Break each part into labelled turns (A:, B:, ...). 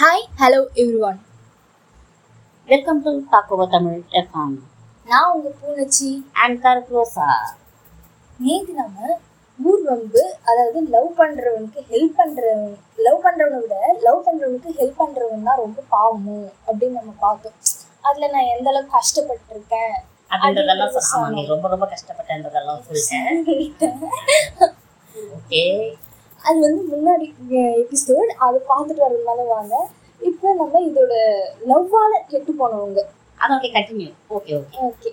A: Hi hello everyone
B: welcome to தாக்குவ Tamil FM
A: நான் உங்கள் பூனச்சி
B: ஆங்கர் ரோசா
A: நேற்று நம்ம ஊர் வம்பு அதாவது லவ் பண்ணுறவனுக்கு ஹெல்ப் பண்ணுறவன் லவ் பண்ணுறவனை விட லவ் பண்ணுறவனுக்கு ஹெல்ப் பண்ணுறவன் தான் ரொம்ப பாவமும் அப்படின்னு நம்ம பார்த்தோம் அதில் நான் எந்த அளவுக்கு கஷ்டப்பட்டிருக்கேன்
B: அப்படின்றதெல்லாம் சொல்- ஆமா நீ ரொம்ப ரொம்ப கஷ்டப்பட்டன்றதெல்லாம் சொல்லிட்டேன் ஓகே
A: அது வந்து முன்னாடி எபிசோட் அதை பார்த்துட்டு வரதுனால வாங்க இப்போ நம்ம இதோட லவ்வால் கெட்டு போனவங்க
B: அது okay continue okay okay
A: okay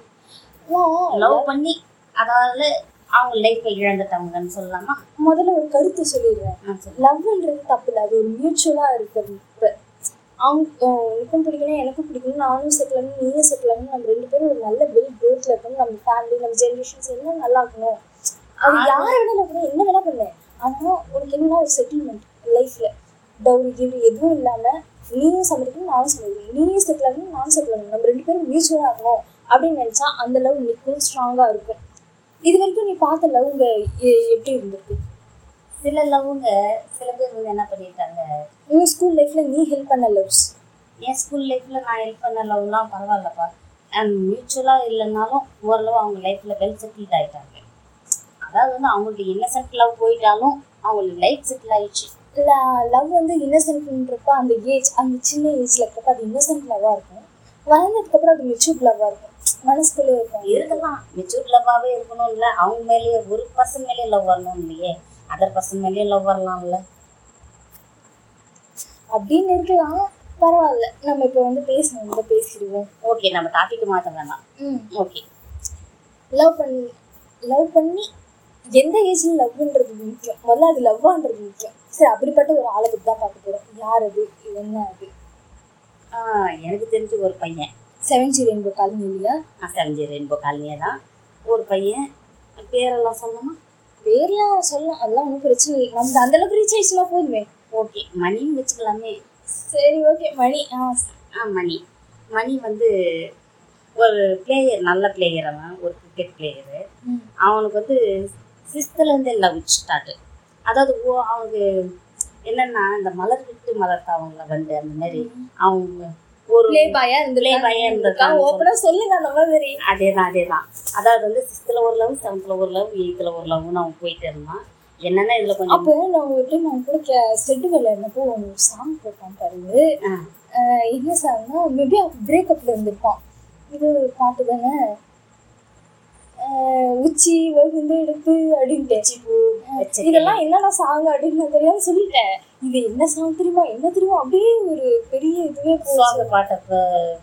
A: நான்
B: லவ் Oh, பண்ணி அதாவது அவங்க லைஃப்பை இழந்துட்டவங்கன்னு சொல்லலாமா
A: முதல்ல ஒரு கருத்தை சொல்லிடுறேன்
B: நான் சொல்லு.
A: லவ்ன்றது தப்பு இல்லை அது ஒரு மியூச்சுவலாக இருக்கிறது இப்போ அவங்க அஹ் உனக்கும் பிடிக்கணும் எனக்கும் பிடிக்கணும் நானும் செட்டில் ஆகணும் நீயும் செட்டில் ஆகணும் நம்ம ரெண்டு பேரும் ஒரு நல்ல வெல் க்ரோத்தில் இருக்கணும் நம்ம ஃபேமிலி நம்ம ஜென்ரேஷன்ஸ் எல்லாம் நல்லா இருக்கணும் அது யாரை வேணாலும் love பண்ணு, என்ன வேணா பண்ணு ஆனால் உனக்கு என்னன்னா ஒரு செட்டில்மெண்ட் லைஃப்பில் டவுரி கிவ்ரி எதுவும் இல்லாமல் நீயும் சமைக்கணும் நானும் சமைக்கணும் நீயும் செட்டில் ஆகணும் நானும் செட்டில் ஆகணும் நம்ம ரெண்டு பேரும் மியூச்சுவலாக ஆகணும் அப்படின்னு நினச்சா அந்த லவ் நிற்கும் ஸ்ட்ராங்காக இருக்கும் இது வரைக்கும் நீ பார்த்த லவ்ங்க எப்படி இருந்திருக்கு
B: சில லவ்ங்க சில பேர் வந்து என்ன பண்ணிட்டாங்க
A: உன் ஸ்கூல் லைஃப்ல நீ ஹெல்ப் பண்ண லவ்ஸ்
B: என் ஸ்கூல் லைஃப்பில் நான் ஹெல்ப் பண்ண லவ்லாம் பரவாயில்லப்பா அண்ட் மியூச்சுவலாக இல்லைனாலும் ஓரளவு அவங்க லைஃப்பில் வெல் செட்டில்ட் ஆகிட்டாங்க அதாவது வந்து அவங்களுக்கு இன்னசென்ட் லவ் போயிட்டாலும் அவங்களுக்கு லைஃப் செட்டில் ஆயிடுச்சு
A: லவ் வந்து இன்னசென்ட்ன்றப்ப அந்த ஏஜ் அந்த சின்ன ஏஜ்ல இருக்கிறப்ப அது இன்னசென்ட் லவ்வாக இருக்கும் வளர்ந்ததுக்கப்புறம் அது மெச்சூர்ட் லவ்வாக இருக்கும் மனசுக்குள்ளே இருக்கும்
B: இருக்கலாம் மெச்சூர் லவ்வாகவே இருக்கணும்ல அவங்க மேலேயே ஒரு பர்சன் மேலேயே லவ் வரணும் இல்லையே அதர் பர்சன் மேலேயே லவ் வரலாம்ல
A: அப்படின்னு இருக்கலாம் பரவாயில்ல நம்ம இப்போ வந்து பேசணும் இதை பேசிடுவோம்
B: ஓகே நம்ம டாபிக் மாற்ற வேணாம்
A: ம்
B: ஓகே
A: லவ் பண்ணி லவ் பண்ணி எந்த ஏஜ்ல லவ்ன்றது முக்கியம் முதல்ல அது லவ்வான்றது முக்கியம் சரி அப்படிப்பட்ட ஒரு ஆளை பற்றி தான் பார்க்க போகிறோம் யார் அது என்ன அது
B: எனக்கு தெரிஞ்சு ஒரு பையன்
A: செவன்ஜி ரெயின்போ காலனி இல்லையா
B: நான் செஞ்சு ரெயின்போ காலனியே தான் ஒரு பையன் பேரெல்லாம் சொல்லணுமா
A: பேர்லாம் சொல்லலாம் அதெல்லாம் ஒன்றும் பிரச்சனை இல்லை நம்ம அந்த அளவுக்கு ரீச் ஆயிடுச்சுன்னா போதுமே
B: ஓகே மணின்னு வச்சுக்கலாமே
A: சரி ஓகே மணி ஆ ஸ்-
B: ஆ மணி மணி வந்து ஒரு பிளேயர் நல்ல பிளேயர் அவன் ஒரு கிரிக்கெட் பிளேயரு
A: ம்.
B: அவனுக்கு வந்து சிக்ஸ்த்துலேருந்தே லவ் ஸ்டார்ட் அதாவது ஓ அவனுக்கு என்னன்னா இந்த மலர் விட்டு மலர்த்த அவங்கள வந்து அந்த மாதிரி அவங்க ஒரு
A: play boy-ஆ
B: play
A: இருந்திருக்கான்.
B: boy-ஆ இருந்திருக்கான்.
A: அவன் open-ஆ சொல்லுங்க அந்த மாதிரி.
B: அதே தான் அதே தான் அதாவது வந்து சிக்ஸ்த்தில் ஒரு லவ் செவன்த்தில் ஒரு லவ் எயித்தில் ஒரு லவ்னு அவன் போயிட்டு இருந்தான் என்னன்னா இதில் கொஞ்சம்
A: அப்போ நான் ஒரு time அவன் கூட கே- set வேலை இருந்தப்போ ஒரு song போட்டான் பாரு.
B: ஆ.
A: அஹ் என்ன song-னா, maybe அவன் breakup-ல இருந்திருப்பான். இது ஒரு பாட்டு தானே அஹ் உச்சி வகுந்து எடுப்பு அப்படின்ட்டு
B: பூ வச்ச
A: இதெல்லாம் என்னடா சாங் அப்படின்னு நான் தெரியாம சொல்லிட்டேன் இது என்ன சாங் தெரியுமா என்ன தெரியுமா அப்படியே ஒரு பெரிய இதுவே போ-
B: சுவாமி பாட்டை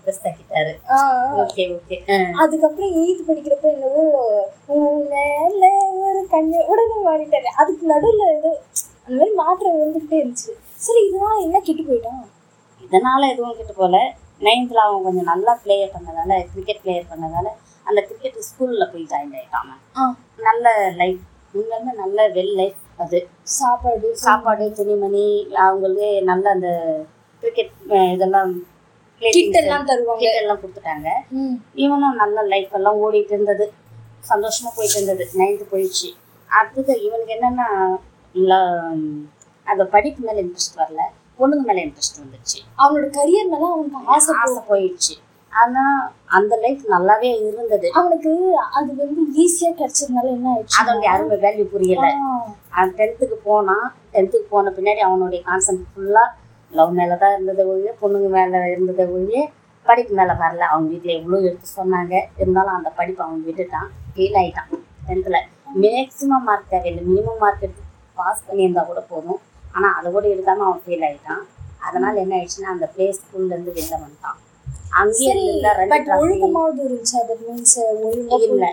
B: பெஸ்ட் ஆக்கிட்டாரு
A: ஆ, ஆ.
B: ஓகே ஓகே
A: அதுக்கப்புறம் எயித்து படிக்கிறப்ப என்னவோ உன் மேல ஒரு கண்ணு உடனே மாறிட்டாரு அதுக்கு நடுவுல ஏதோ அந்த மாதிரி மாற்றம் வந்துகிட்டே இருந்துச்சு சரி இதெல்லாம் என்ன கெட்டு போயிட்டான்
B: இதனால எதுவும் கிட்ட போல நைன்த்தில் அவன் கொஞ்சம் நல்லா பிளேயர் பண்ணதால கிரிக்கெட் பிளேயர் பண்ணதால அந்த கிரிக்கெட் ஸ்கூலில் போய் ஜாயின் ஆகிட்டான்
A: ஆ.
B: நல்ல லைஃப் உண்மையுமே நல்ல வெல் லைஃப் அது
A: சாப்பாடு
B: சாப்பாடு துணிமணி அவங்களுக்கு நல்ல அந்த கிரிக்கெட் இதெல்லாம்
A: கிட் எல்லாம் தருவாங்க
B: கிட் எல்லாம் கொடுத்துட்டாங்க
A: ம்.
B: இவனும் நல்ல லைஃப் எல்லாம் ஓடிட்டு இருந்தது சந்தோஷமா போயிட்டு இருந்தது நைன்த்து போயிடுச்சு அடுத்தது இவனுக்கு என்னன்னா ல- அந்த படிப்பு மேலே இன்ட்ரெஸ்ட் வரல பொண்ணுங்க மேலே இன்ட்ரெஸ்ட் வந்துச்சு
A: அவனோட கரியர் மேல அவனுக்கு ஆசை
B: ஆசை போயிடுச்சு ஆனா அந்த லைஃப் நல்லாவே இருந்தது
A: அவனுக்கு அது வந்து ஈஸியா கிடைச்சதுனால என்ன ஆயிடுச்சு
B: அதோட அருமை வேல்யூ புரியல அவன் டென்த்துக்கு போனான் டென்த்துக்கு போன பின்னாடி அவனுடைய கான்சென்ட் ஃபுல்லா லவ் மேல தான் இருந்தது ஒழிய பொண்ணுங்க மேல இருந்தது ஒழிய படிப்பு மேல வரல அவங்க வீட்டில் எவ்வளோ எடுத்து சொன்னாங்க இருந்தாலும் அந்த படிப்பு அவன் விட்டுட்டான் ஃபெயில் ஆயிட்டான் டென்த்தில் மேக்ஸிமம் மார்க் தேவையில்லை மினிமம் மார்க் எடுத்து பாஸ் பண்ணியிருந்தா கூட போதும் ஆனா அதை கூட எடுக்காம அவன் ஃபெயில் ஆயிட்டான் அதனால என்ன ஆயிடுச்சுன்னா அந்த பிளே ஸ்கூல்லேருந்து வெளில வந்துட்டான் அங்கேயே
A: சரி
B: இருந்தா ரெண்டு
A: பட்
B: trophy-
A: ஒழுக்கமாவது இருந்துச்சு அது மீன்ஸ் ஒழுங்கா
B: இல்ல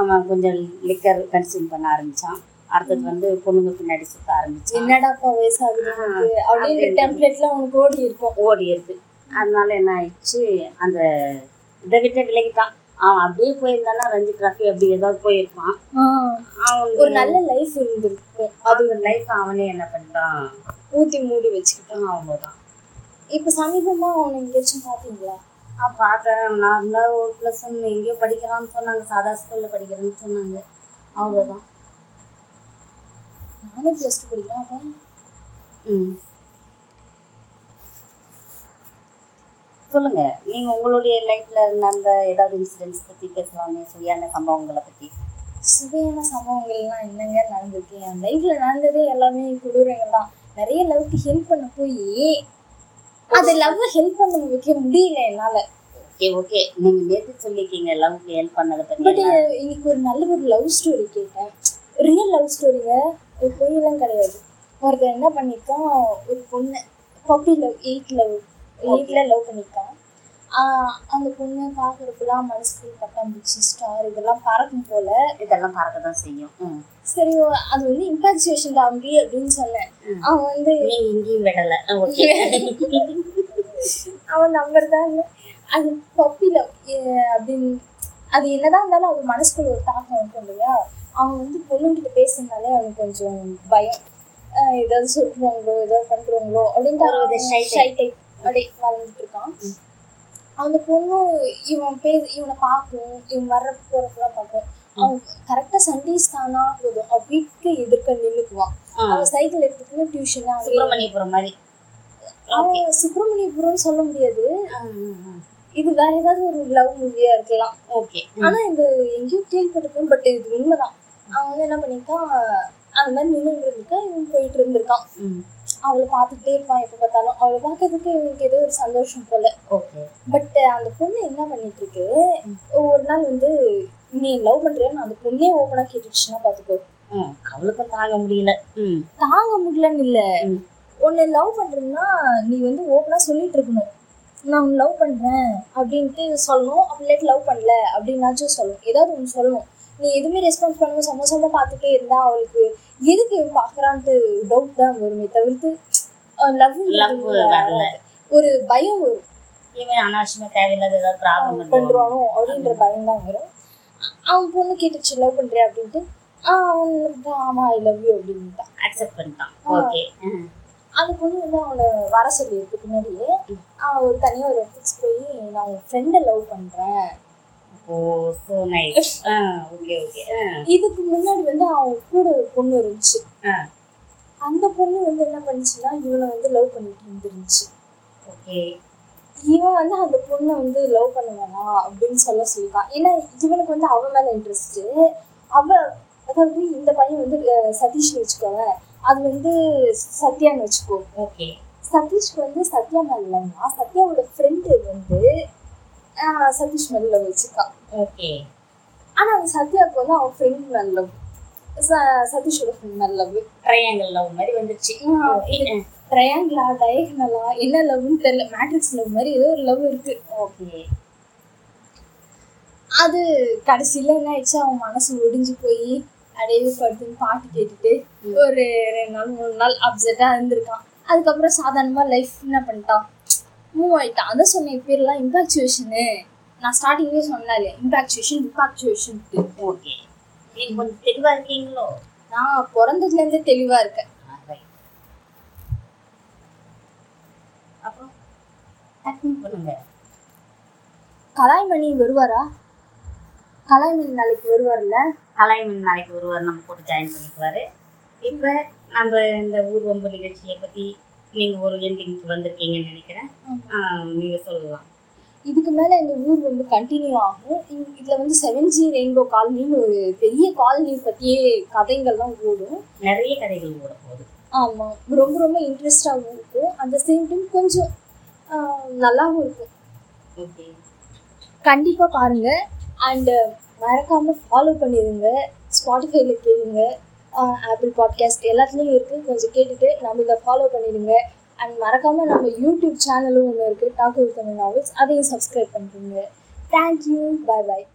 B: அவன் கொஞ்சம் லிக்கர் கன்சியூம் பண்ண ஆரம்பிச்சான் அடுத்தது வந்து பொண்ணுங்க பின்னாடி சுத்த ஆரம்பிச்சான்
A: என்னடாப்பா வயசாகுது உனக்கு அப்படின்ற டெம்ப்ளேட்ல அவனுக்கு ஓடி இருக்கும்
B: ஓடிடுது அதனால என்ன ஆயிடுச்சு அந்த இதை விட்டு விலகிட்டான் அவன் அப்படியே போயிருந்தானா ரஞ்சி டிராஃபி அப்படி ஏதாவது போயிருப்பான்
A: ஆ.
B: அவன்
A: ஒரு நல்ல லைஃப் இருந்திருக்கும்
B: அது லைஃப் அவனே என்ன பண்ணிட்டான்
A: ஊத்தி மூடி வச்சுக்கிட்டோம்
B: அவ்வளோதான்
A: இப்போ சமீபமா அவனை எங்கேயாச்சும் பார்த்தீங்களா
B: அவன் பார்த்தேன் நார்மலாக ஒரு ப்ளஸ் ஒன் எங்கேயோ படிக்கிறான்னு சொன்னாங்க சாதா ஸ்கூலில் படிக்கிறேன்னு சொன்னாங்க அவ்வளோதான்
A: நானே ப்ளஸ் டூ படிக்கிறேன் அவன்
B: ம் சொல்லுங்க நீங்க உங்களுடைய லைஃப்ல நடந்த ஏதாவது இன்சிடென்ட்ஸ் பத்தி பேசலாமே சரியான சம்பவங்களை பத்தி
A: சுவையான சம்பவங்கள்லாம் என்னங்க நடந்திருக்கு என் லைஃப்ல நடந்ததே எல்லாமே கொடூரங்கள் தான் நிறைய லவ்க்கு ஹெல்ப் பண்ண போய் அது லவ் ஹெல்ப் பண்ண வைக்க முடியல என்னால
B: ஓகே ஓகே நீங்க நேத்து சொல்லிருக்கீங்க லவ்க்கு ஹெல்ப் பண்ணதை பத்தி
A: பட் இன்னைக்கு uh, ஒரு நல்ல ஒரு லவ் ஸ்டோரி கேட்டேன் ரியல் லவ் ஸ்டோரிங்க ஒரு பொய்யெல்லாம் கிடையாது ஒருத்தன் என்ன பண்ணியிருக்கான் ஒரு பொண்ணு பப்பி லவ் எயிட் லவ் எயிட்டில் லவ் பண்ணியிருக்கான் ஆஹ் அந்த பொண்ணு பார்க்குறப்பெல்லாம் மனசுக்கு பட்டாம்பூச்சி ஸ்டார் இதெல்லாம் பறக்கும் போல
B: இதெல்லாம் பறக்க தான் செய்யும் ம்.
A: சரி ஓ- அது வந்து இம்பாக்சுவேஷன் தான் அப்படி அப்படின்னு சொன்னேன் அவன் வந்து
B: நீங்க இங்கேயும் விடல ஓகே
A: அவன் நம்பர் தான் இல்லை. அது பப்பில அப்படின்னு அது என்னதான் இருந்தாலும் அது மனசுக்குள்ள ஒரு தாக்கம் இருக்கும் இல்லையா அவன் வந்து பொண்ணுங்கிட்ட பேசுனாலே அவனுக்கு கொஞ்சம் பயம் அஹ் ஏதாவது சொல்லுவாங்களோ ஏதாவது பண்றாங்களோ அப்படின்ட்டு
B: ஒரு வித
A: அவன்
B: shy
A: shy type அப்படியே வளர்ந்துட்டு இருக்கான் அந்த பொண்ணு இவன் பே இவனை பார்க்கும் இவன் வர்ற போறப்பெல்லாம் பார்க்கும் அவன் கரெக்டாக சண்டேஸ் தானா போதும் அவன் வீட்டுக்கு எதிர்க்க நின்றுக்குவான்
B: ஆ.
A: அவன் சைக்கிள் எடுத்துக்கணும் டியூஷன் அவன்
B: சுப்பிரமணியபுரம் மாதிரி
A: அவன் சுப்பிரமணியபுரம்னு சொல்ல முடியாது இது வேற ஏதாவது ஒரு லவ் மூவியா இருக்கலாம்
B: ஓகே
A: ஆனா இது எங்கேயோ கேள்விப்பட்டிருக்கேன் பட் இது உண்மைதான் அவன் வந்து என்ன பண்ணியிருக்கான் அந்த மாதிரி நின்று இருக்கான் இவன் போயிட்டு இருந்திருக்கான் அவளை பார்த்துக்கிட்டே இருப்பான் எப்போ பார்த்தாலும் அவளை பார்க்கறதுக்கு இவனுக்கு ஏதோ ஒரு சந்தோஷம் போல
B: ஓகே
A: பட் அந்த பொண்ணு என்ன பண்ணிட்டு இருக்கு ஒரு நாள் வந்து நீ லவ் பண்றியான்னு அந்த பொண்ணே ஓப்பனா கேட்டுச்சுன்னா பாத்துக்கோ
B: அவளுக்கும் தாங்க முடியல ம்.
A: தாங்க முடியலன்னு இல்ல
B: ம்.
A: உன்னை லவ் பண்றேன்னா நீ வந்து ஓப்பனா சொல்லிட்டு இருக்கணும் நான் உன்னை லவ் பண்றேன் அப்படின்ட்டு சொல்லணும் அப்படி இல்லாட்டி லவ் பண்ணல அப்படின்னாச்சும் சொல்லணும் ஏதாவது ஒன்று சொல்லணும் நீ எதுவுமே ரெஸ்பான்ஸ் பண்ணாம சும்மா சும்மா பார்த்துட்டே இருந்தா அவளுக்கு எதுக்கு இவன் பார்க்கறான்ட்டு டவுட் தான் வருமே தவிர்த்து லவ்
B: Love வரல.
A: ஒரு பயம் வரும்
B: இவன் அனாவசியமா தேவையில்லாத ஏதாவது ப்ராப்ளம்
A: பண்றானோ அப்படின்ற பயம் தான் வரும் அவன் பொண்ணு கேட்டுச்சு லவ் பண்றேன் அப்படின்ட்டு "ஆ, அவன் ஆமா ஐ லவ் யூ அப்படின்ட்டான்
B: அக்செப்ட் பண்ணிட்டான் ஓகே
A: அந்த பொண்ணு வந்து அவனை வர சொல்லியிருக்கு பின்னாடியே அவன் ஒரு தனியாக ஒரு இடத்துக்கு போய் நான் உன் ஃப்ரெண்டை லவ் பண்ணுறேன்
B: oh so nice okay okay
A: இதுக்கு முன்னாடி வந்து அவன் கூட ஒரு பொண்ணு இருந்துச்சு அந்த பொண்ணு வந்து என்ன பண்ணுச்சுன்னா இவனை வந்து லவ் பண்ணிட்டு இருந்துருந்துச்சு
B: ஓகே
A: இவன் வந்து அந்த பொண்ணை வந்து லவ் பண்ணுவானா அப்படின்னு சொல்ல சொல்லியிருக்கான் ஏன்னா இவனுக்கு வந்து அவன் மேலே இன்ட்ரெஸ்ட்டு அவன் அதாவது இந்த பையன் வந்து அஹ், சதீஷ்னு வச்சுக்கோங்க அது வந்து சத்யான்னு வச்சுக்கோ
B: ஓகே
A: சதீஷ்க்கு வந்து சத்யா மேல இல்லைன்னா சத்யாவோட ஃப்ரெண்டு வந்து ஆஹ், சதீஷ் மேல love வச்சிருக்கான்
B: ஓகே
A: ஆனா அந்த சத்யாவுக்கு வந்து அவன் ஃப்ரெண்ட் மேல love. ச சதீஷோட ஃப்ரெண்ட் மேல லவ்
B: ட்ரையாங்கல் லவ் மாதிரி வந்துருச்சு
A: ட்ரையாங்கிளா டயக்னலா என்ன லவ்னு தெரியல மேட்ரிக்ஸ் லவ் மாதிரி ஏதோ ஒரு லவ் இருக்கு
B: ஓகே
A: அது கடைசியில என்ன ஆயிடுச்சு அவன் மனசு ஒடிஞ்சு போய் அடையவே படுத்துன்னு பாட்டு கேட்டுட்டு ஒரு ரெண்டு நாள் மூணு நாள் அப்செட்டாக இருந்திருக்கான் அதுக்கப்புறம் சாதாரணமா லைஃப் என்ன பண்ணிட்டான் மூவ் ஆயிட்டான் அதான் சொன்னேன் பேர்லாம் இம்பாக்சுவேஷனு நான் ஸ்டார்டிங்லேயே சொன்னாலே இம்பாக்சுவேஷன் இம்பாக்சுவேஷன்
B: ஓகே நீங்க கொஞ்சம் தெளிவா இருக்கீங்களோ
A: நான் பிறந்ததுலேருந்தே தெளிவா இருக்கேன்
B: ஆ, right. அப்புறம் டக்குன்னு பண்ணுங்க
A: கலாய்மணி வருவாரா கலாய்மணி நாளைக்கு வருவார்ல
B: கலாய்மன் நாளைக்கு ஒருவர் நம்ம கூட ஜாயின் பண்ணிக்குவாரு இப்போ நம்ம இந்த ஊர்வம்பு நிகழ்ச்சியை பற்றி நீங்கள் ஒரு எண்டிங்க்கு வந்திருக்கீங்கன்னு நினைக்கிறேன் நீங்கள் சொல்லலாம்
A: இதுக்கு மேல இந்த ஊர் வந்து கண்டினியூ ஆகும் இங்க- இதுல வந்து செவன் ஜி ரெயின்போ காலனின்னு ஒரு பெரிய காலனி பத்தியே கதைகள்லாம் ஓடும்
B: நிறைய கதைகள் ஓட போகுது
A: ஆமா ரொம்ப ரொம்ப இன்ட்ரெஸ்டாகவும் இருக்கும் அந்த சேம் டைம் கொஞ்சம் ஆஹ், நல்லாவும் இருக்கும்
B: ஓகே
A: கண்டிப்பா பாருங்க அண்ட் மறக்காம ஃபாலோ பண்ணிடுங்க ஸ்பாட்டிஃபைல கேளுங்க ஆப்பிள் பாட்காஸ்ட் எல்லாத்துலேயும் இருக்கு கொஞ்சம் கேட்டுட்டு நம்ம இதை ஃபாலோ பண்ணிடுங்க அண்ட் மறக்காம நம்ம யூடியூப் சேனலும் ஒன்று இருக்கு டாக் வித் தமிழ் நாவல்ஸ் அதையும் சப்ஸ்கிரைப் பண்ணிடுங்க தேங்க்யூ பாய் பாய்